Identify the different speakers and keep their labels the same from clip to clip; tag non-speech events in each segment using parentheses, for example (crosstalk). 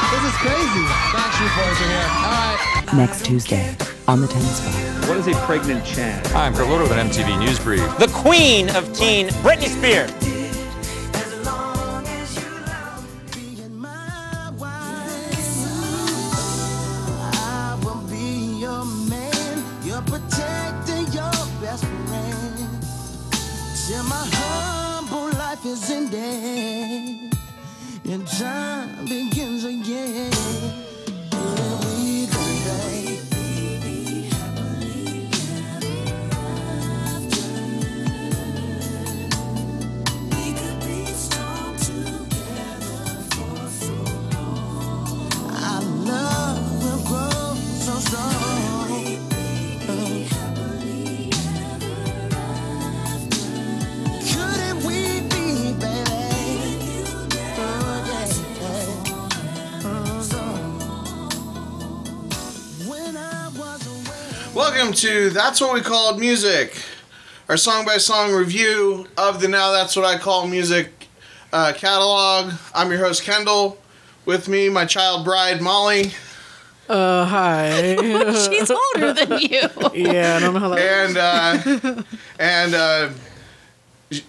Speaker 1: crazy.
Speaker 2: Backstreet Boys are here. All right.
Speaker 3: next Tuesday on the Tennis Bar.
Speaker 4: What is a pregnant Chad?
Speaker 5: Hi, I'm Kurt Loder with an MTV News Brief.
Speaker 6: the queen of teen, Britney Spears.
Speaker 1: And time begins again. Our love will grow so strong. Couldn't we be, baby? Oh, yeah. Oh, so. When I was away.
Speaker 2: Welcome to That's What We Called Music, our song by song review of the Now That's What I Call Music uh, catalog. I'm your host, Kendall. With me, my child bride, Molly.
Speaker 7: Uh, hi.
Speaker 8: (laughs) She's older
Speaker 7: (laughs)
Speaker 8: than you.
Speaker 7: yeah, I don't know how that.
Speaker 2: and uh,
Speaker 7: (laughs)
Speaker 2: and uh,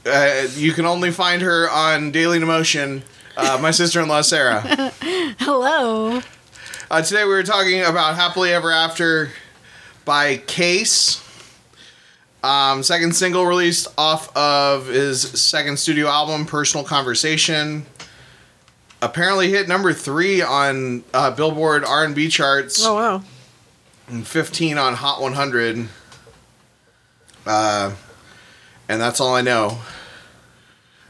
Speaker 2: uh, you can only find her on Daily Demotion. Uh, my sister-in-law Sarah.
Speaker 8: Hello.
Speaker 2: Uh, today we were talking about "Happily Ever After" by Case. Um, second single released off of his second studio album, "Personal Conversation." Apparently hit number three on uh, Billboard R&B charts.
Speaker 7: Oh wow.
Speaker 2: and 15 on Hot 100. Uh, and that's all I know.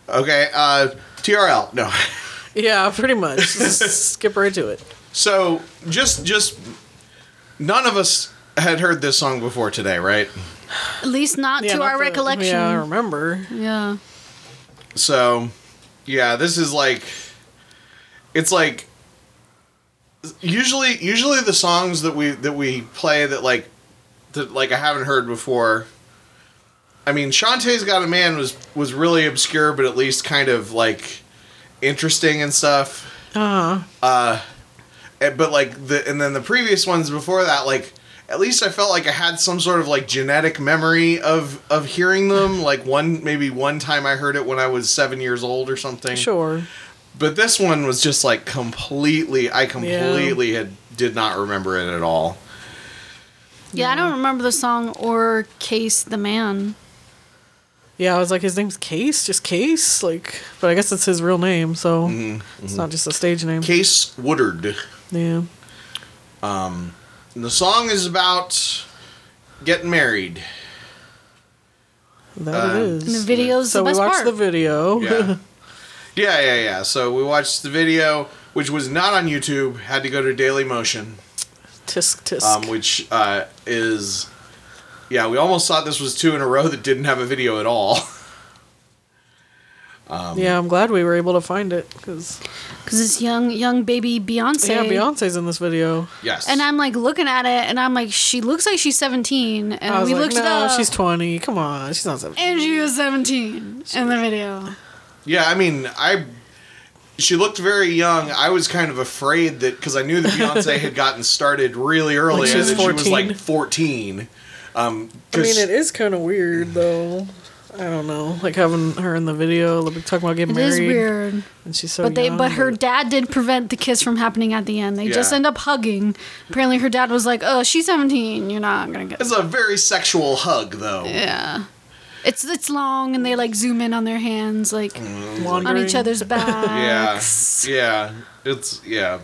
Speaker 2: Okay, uh, TRL. No. (laughs)
Speaker 7: Yeah, pretty much. Just skip right to it.
Speaker 2: So just just none of us had heard this song before today, right?
Speaker 8: At least not
Speaker 7: Yeah,
Speaker 8: to
Speaker 7: not
Speaker 8: our
Speaker 7: the-
Speaker 8: recollection.
Speaker 7: Yeah, I remember.
Speaker 8: yeah.
Speaker 2: So yeah, this is like it's like usually usually the songs that we that we play that like that like I haven't heard before. I mean, Shantae's Got a Man was was really obscure, but at least kind of like interesting and stuff.
Speaker 7: Uh huh.
Speaker 2: Eh, But like the and then the previous ones before that, like at least I felt like I had some sort of like genetic memory of of hearing them. Like one maybe one time I heard it when I was seven years old or something.
Speaker 7: Sure.
Speaker 2: But this one was just like completely. I completely had did not remember it at all.
Speaker 8: Yeah, I don't remember the song or Case the Man.
Speaker 7: Yeah, I was like, his name's Case, just Case, like, but I guess it's his real name, so it's not just a stage name.
Speaker 2: Case Woodard.
Speaker 7: yeah.
Speaker 2: And the song is about getting married.
Speaker 7: That it
Speaker 8: And the
Speaker 7: is.
Speaker 8: video's
Speaker 7: So
Speaker 8: the
Speaker 7: we
Speaker 8: best
Speaker 7: watched
Speaker 8: part.
Speaker 7: the video.
Speaker 2: Yeah. yeah, yeah, yeah. So we watched the video, which was not on YouTube. Had to go to Daily Motion,
Speaker 7: (laughs) tisk tisk.
Speaker 2: um, which uh, is. Yeah, we almost thought this was two in a row that didn't have a video at all. (laughs)
Speaker 7: yeah, I'm glad we were able to find it because
Speaker 8: Because it's young, young baby Beyonce.
Speaker 7: yeah, Beyonce's in this video.
Speaker 2: yes.
Speaker 8: And I'm like looking at it, and I'm like, she looks like she's 17. And
Speaker 7: I was
Speaker 8: we
Speaker 7: like,
Speaker 8: looked
Speaker 7: no,
Speaker 8: it up.
Speaker 7: she's 20. Come on, she's not 17.
Speaker 8: and she was 17 in the video.
Speaker 2: Yeah, I mean, I. She looked very young. I was kind of afraid that because I knew that Beyonce had gotten started really early,
Speaker 7: Like she
Speaker 2: and
Speaker 7: was
Speaker 2: that she was
Speaker 7: 14.
Speaker 2: like fourteen. Um,
Speaker 7: I mean,
Speaker 2: 'cause-
Speaker 7: it is kind of weird though. I don't know, like having her in the video, like talking about getting
Speaker 8: It is
Speaker 7: married,
Speaker 8: weird.
Speaker 7: and she's so.
Speaker 8: But they,
Speaker 7: young,
Speaker 8: but her dad did prevent the kiss from happening at the end. They just
Speaker 2: Yeah.
Speaker 8: end up hugging. Apparently, her dad was like, "Oh, she's 17. You're not gonna get."
Speaker 2: it's a very sexual hug, though.
Speaker 8: Yeah. It's it's long and they like zoom in on their hands like on
Speaker 7: wandering.
Speaker 8: each other's
Speaker 2: Mm. (laughs) Yeah,
Speaker 8: backs.
Speaker 2: yeah, it's yeah.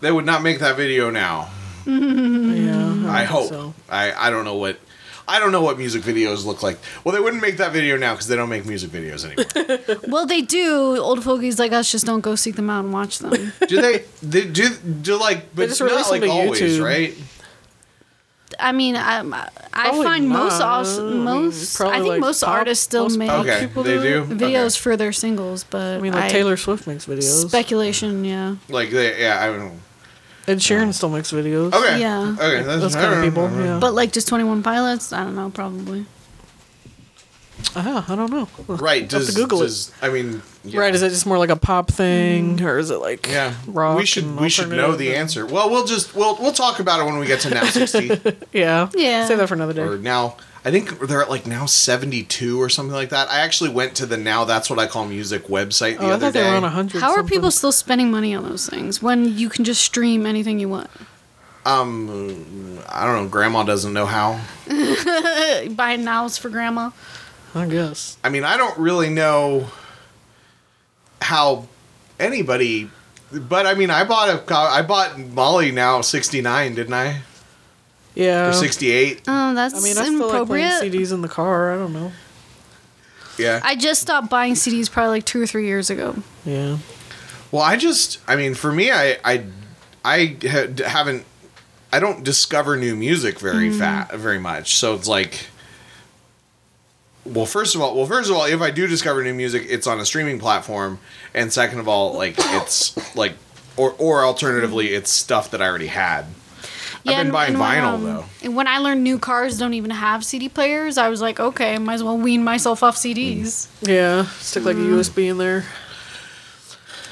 Speaker 2: They would not make that video now.
Speaker 7: Yeah,
Speaker 2: Mm-hmm. I hope.
Speaker 7: so.
Speaker 2: I I don't know what. I don't know what music videos look like. Well, they wouldn't make that video now because they don't make music videos anymore.
Speaker 7: (laughs)
Speaker 8: Well, they do. Old fogies like us just don't go seek them out and watch them.
Speaker 2: do they, they? Do do like? But
Speaker 7: just release
Speaker 2: not
Speaker 7: them
Speaker 2: like
Speaker 7: to
Speaker 2: always,
Speaker 7: YouTube.
Speaker 2: right?
Speaker 8: I mean, I, I
Speaker 7: Probably
Speaker 8: find most
Speaker 7: not.
Speaker 8: aus- most I
Speaker 7: probably,
Speaker 8: think
Speaker 7: like,
Speaker 8: most
Speaker 7: pop-
Speaker 8: artists still
Speaker 7: most
Speaker 8: make
Speaker 7: pop
Speaker 2: Okay,
Speaker 7: people
Speaker 2: they
Speaker 7: do
Speaker 2: do.
Speaker 7: it.
Speaker 8: videos
Speaker 2: Okay.
Speaker 8: for their singles, but
Speaker 7: I mean, like Taylor Swift makes videos,
Speaker 8: speculation, yeah.
Speaker 2: Like they, yeah, I don't.
Speaker 7: and Sharon still makes videos.
Speaker 2: Okay.
Speaker 8: Yeah.
Speaker 2: Okay. That's, Mm-hmm.
Speaker 7: those kind of people. Yeah,
Speaker 8: But like just 21 Pilots, I don't know, probably.
Speaker 7: Ah, I don't know. (laughs)
Speaker 2: Right.
Speaker 7: Have to
Speaker 2: Does,
Speaker 7: Google it.
Speaker 2: does- I mean, yeah.
Speaker 7: Right? Is it just more like a pop thing,
Speaker 8: Mm-hmm.
Speaker 7: or is it like
Speaker 2: Yeah,
Speaker 7: rock?
Speaker 2: we should
Speaker 7: and
Speaker 2: we should know the
Speaker 7: alternative?
Speaker 2: answer. Well, we'll just we'll we'll talk about it when we get to now
Speaker 7: (laughs)
Speaker 2: sixty
Speaker 7: Yeah,
Speaker 8: Yeah.
Speaker 7: Save that for another day.
Speaker 2: or now. I think they're at like now seventy two or something like that. I actually went to the now that's what I call music website the
Speaker 7: oh, I
Speaker 2: other
Speaker 7: thought
Speaker 2: day.
Speaker 7: they were on hundred.
Speaker 8: How are people still spending money on those things when you can just stream anything you want?
Speaker 2: Um, I don't know. Grandma doesn't know how.
Speaker 8: Uh, Buying nows for grandma.
Speaker 7: I guess.
Speaker 2: I mean, I don't really know how anybody. But I mean, I bought a co- I bought Molly now sixty nine, didn't I?
Speaker 7: Yeah.
Speaker 2: Or sixty eight?
Speaker 8: Oh, that's
Speaker 7: I mean, I still like
Speaker 8: inappropriate.
Speaker 7: playing CDs in the car. I don't know.
Speaker 2: Yeah.
Speaker 8: I just stopped buying CDs probably like two or three years ago.
Speaker 7: Yeah.
Speaker 2: Well, I just, I mean, for me, I, I, I ha- haven't, I don't discover new music very fat, very much. So it's like, well, first of all, well, first of all, if I do discover new music, it's on a streaming platform, and second of all, like it's like, or or alternatively, it's stuff that I already had. been buying
Speaker 8: when,
Speaker 2: vinyl,
Speaker 8: um,
Speaker 2: though.
Speaker 8: and When I learned new cars don't even have CD players, I was like, okay, might as well wean myself off CDs.
Speaker 2: Mm.
Speaker 7: Yeah. Stick like a
Speaker 8: Mm.
Speaker 7: USB in there.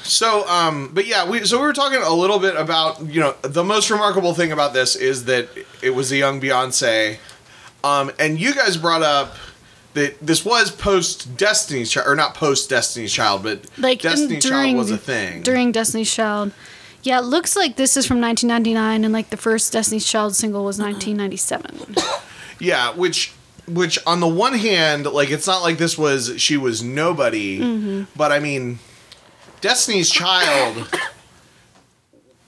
Speaker 2: So, um, but yeah, we so we were talking a little bit about you know the most remarkable thing about this is that it was a young Beyonce, um, and you guys brought up that this was post Destiny's Child or not post Destiny's Child, but
Speaker 8: Like in-
Speaker 2: Destiny's Child
Speaker 8: during-
Speaker 2: was a thing.
Speaker 8: During Destiny's Child, yeah, it looks like this is from 1999, and like the first Destiny's Child single
Speaker 2: Uh-huh.
Speaker 8: was 1997.
Speaker 2: yeah, which which on the one hand, like it's not like this was she was nobody, but I mean, Destiny's Child. (coughs)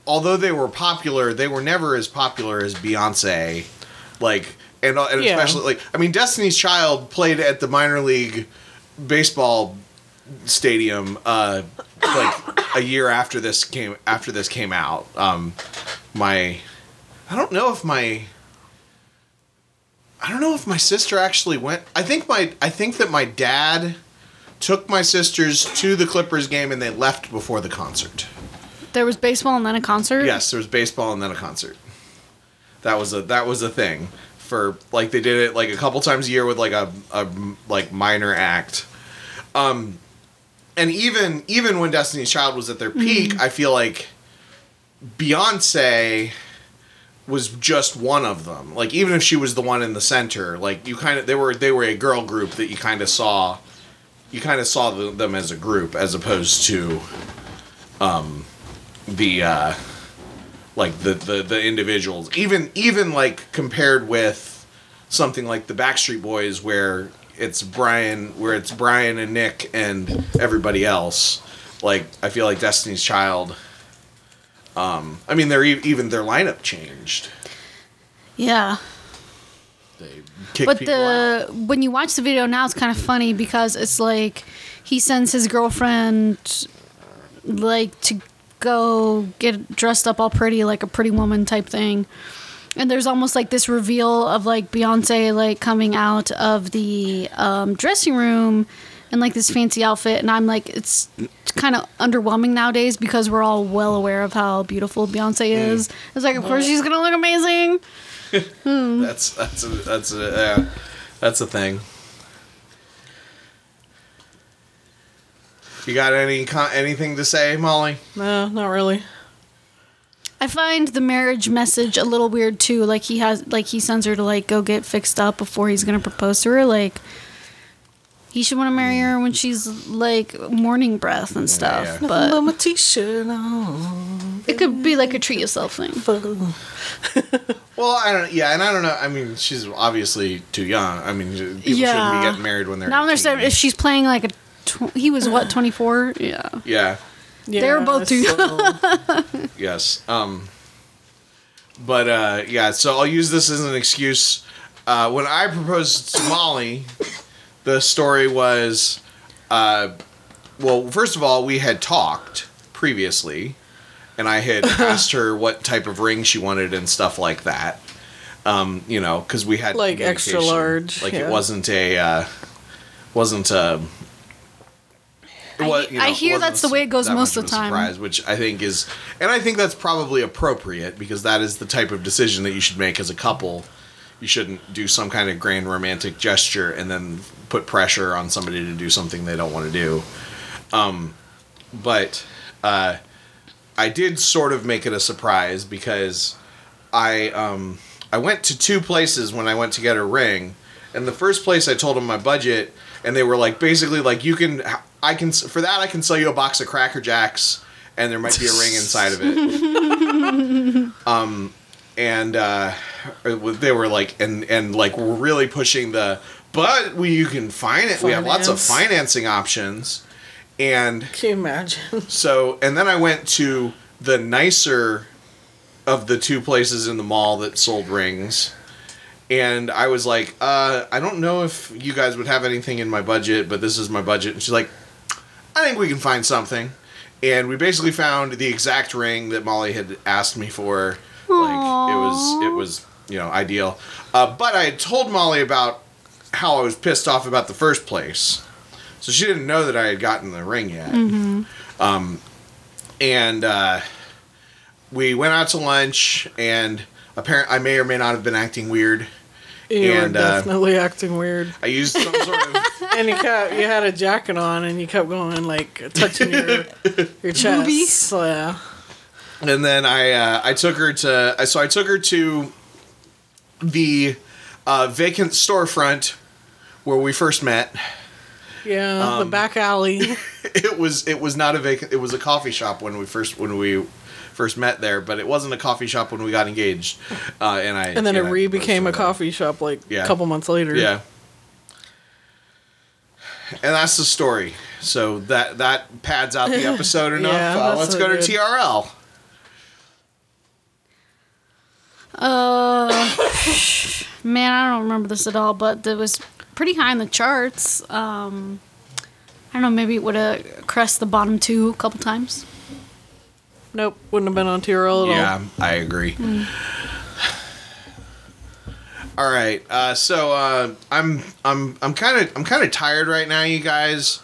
Speaker 2: although they were popular, they were never as popular as Beyonce. Like, and, and
Speaker 7: Yeah.
Speaker 2: especially, like, I mean, Destiny's Child played at the minor league baseball stadium, uh, like a year after this came after this came out. Um, my, I don't know if my, I don't know if my sister actually went. I think my, I think that my dad took my sisters to the Clippers game and they left before the concert.
Speaker 8: there was baseball and then a concert.
Speaker 2: Yes, there was baseball and then a concert. That was a that was a thing for like they did it like a couple times a year with like a, a like minor act. Um and even even when Destiny's Child was at their peak, I feel like Beyonce was just one of them. Like even if she was the one in the center, like you kind of they were they were a girl group that you kind of saw you kind of saw the, them as a group as opposed to um the uh like the, the the individuals even even like compared with something like the backstreet boys where it's brian where it's brian and nick and everybody else like i feel like destiny's child um i mean they're e- even their lineup changed
Speaker 8: Yeah.
Speaker 2: they kicked
Speaker 8: But
Speaker 2: people out.
Speaker 8: the when you watch the video now, it's kind of funny because it's like he sends his girlfriend like to go get dressed up all pretty, like a pretty woman type thing. And there's almost like this reveal of like Beyonce like coming out of the um, dressing room in like this fancy outfit, and I'm like, it's kind of underwhelming nowadays because we're all well aware of how beautiful Beyonce
Speaker 2: Mm.
Speaker 8: is. It's like, of course she's gonna look amazing. um,
Speaker 2: that's that's a, that's a yeah, that's a thing you got any con- anything to say molly
Speaker 7: No, not really.
Speaker 8: I find the marriage message a little weird too. Like he has, like he sends her to like go get fixed up before he's gonna propose to her. Like he should want to marry her when she's like morning breath and stuff.
Speaker 2: Yeah.
Speaker 8: But
Speaker 7: my t-shirt on.
Speaker 8: it could be like a treat yourself thing.
Speaker 2: Well, I don't. Yeah, and I don't know. I mean, she's obviously too young. I mean, people shouldn't be
Speaker 8: Yeah.
Speaker 2: getting married when they're.
Speaker 8: Now
Speaker 2: they're
Speaker 8: understand if she's playing like a. Tw- he was what twenty four? Yeah.
Speaker 2: Yeah.
Speaker 7: Yeah,
Speaker 8: They're both too-
Speaker 7: so-
Speaker 2: Yes. Um. But uh, yeah, so I'll use this as an excuse. Uh, when I proposed to Molly, the story was, uh, well, first of all, we had talked previously, and I
Speaker 7: (laughs)
Speaker 2: had asked her what type of ring she wanted and stuff like that. Um, you know, because we had
Speaker 7: Like extra
Speaker 2: communication.
Speaker 7: large,
Speaker 2: Like
Speaker 7: yeah.
Speaker 2: it wasn't a, uh, wasn't um, a. it
Speaker 8: I
Speaker 2: wa-
Speaker 8: he- I hear
Speaker 2: wasn't
Speaker 8: that's the
Speaker 2: s-
Speaker 8: way it goes
Speaker 2: that
Speaker 8: most
Speaker 2: much a
Speaker 8: of the time.
Speaker 2: surprise, which I think is, and I think that's probably appropriate because that is the type of decision that you should make as a couple. you shouldn't do some kind of grand romantic gesture and then put pressure on somebody to do something they don't want to do. Um, but uh, I did sort of make it a surprise because I um, I went to two places when I went to get a ring, and the first place I told them my budget, and they were like basically like you can I can for that I can sell you a box of Cracker Jacks, and there might be a ring inside of it. and uh, they were like and and like we're really pushing the but we you can find it we have lots of
Speaker 7: Finance.
Speaker 2: financing options and
Speaker 7: (laughs) Can you imagine? (laughs)
Speaker 2: so and then i went to the nicer of the two places in the mall that sold rings and i was like uh, i don't know if you guys would have anything in my budget but this is my budget and she's like i think we can find something and we basically found the exact ring that molly had asked me for like it was it was you know ideal uh, but i had told molly about how i was pissed off about the first place so she didn't know that i had gotten the ring yet and uh, we went out to lunch and apparent I may or may not have been acting weird.
Speaker 7: You were
Speaker 2: And, uh,
Speaker 7: definitely acting weird.
Speaker 2: I used some sort
Speaker 7: (laughs)
Speaker 2: of
Speaker 7: And you kept you had a jacket on, and you kept going like
Speaker 2: (laughs)
Speaker 7: touching your your chest. So, yeah.
Speaker 2: and then I uh, I took her to I- so I took her to the uh, vacant storefront where we first met.
Speaker 7: Yeah,
Speaker 2: Um,
Speaker 7: the back alley.
Speaker 2: (laughs) It was it was not a vacant it was a coffee shop when we first when we first met there, but it wasn't a coffee shop when we got engaged. Uh, and I
Speaker 7: And then it
Speaker 2: I
Speaker 7: re became a
Speaker 2: proposed to her.
Speaker 7: coffee shop like
Speaker 2: Yeah.
Speaker 7: a couple months later.
Speaker 2: Yeah. And that's the story. So that that pads out the episode enough.
Speaker 7: (laughs) Yeah,
Speaker 2: uh,
Speaker 7: that's
Speaker 2: let's
Speaker 7: so
Speaker 2: go to
Speaker 7: good.
Speaker 2: TRL.
Speaker 8: Man, I don't remember this at all, but it was pretty high in the charts. Um, I don't know, maybe it would have crest the bottom two a couple times.
Speaker 7: Nope, wouldn't have been on TRL at all.
Speaker 2: Yeah, I agree. (sighs) All right. Uh, so uh, I'm I'm I'm kind of I'm kind of tired right now, you guys.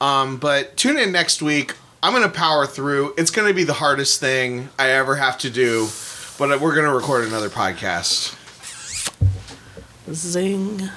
Speaker 2: Um, but tune in next week. I'm gonna power through. It's gonna be the hardest thing I ever have to do, but we're gonna record another podcast.
Speaker 7: Zing.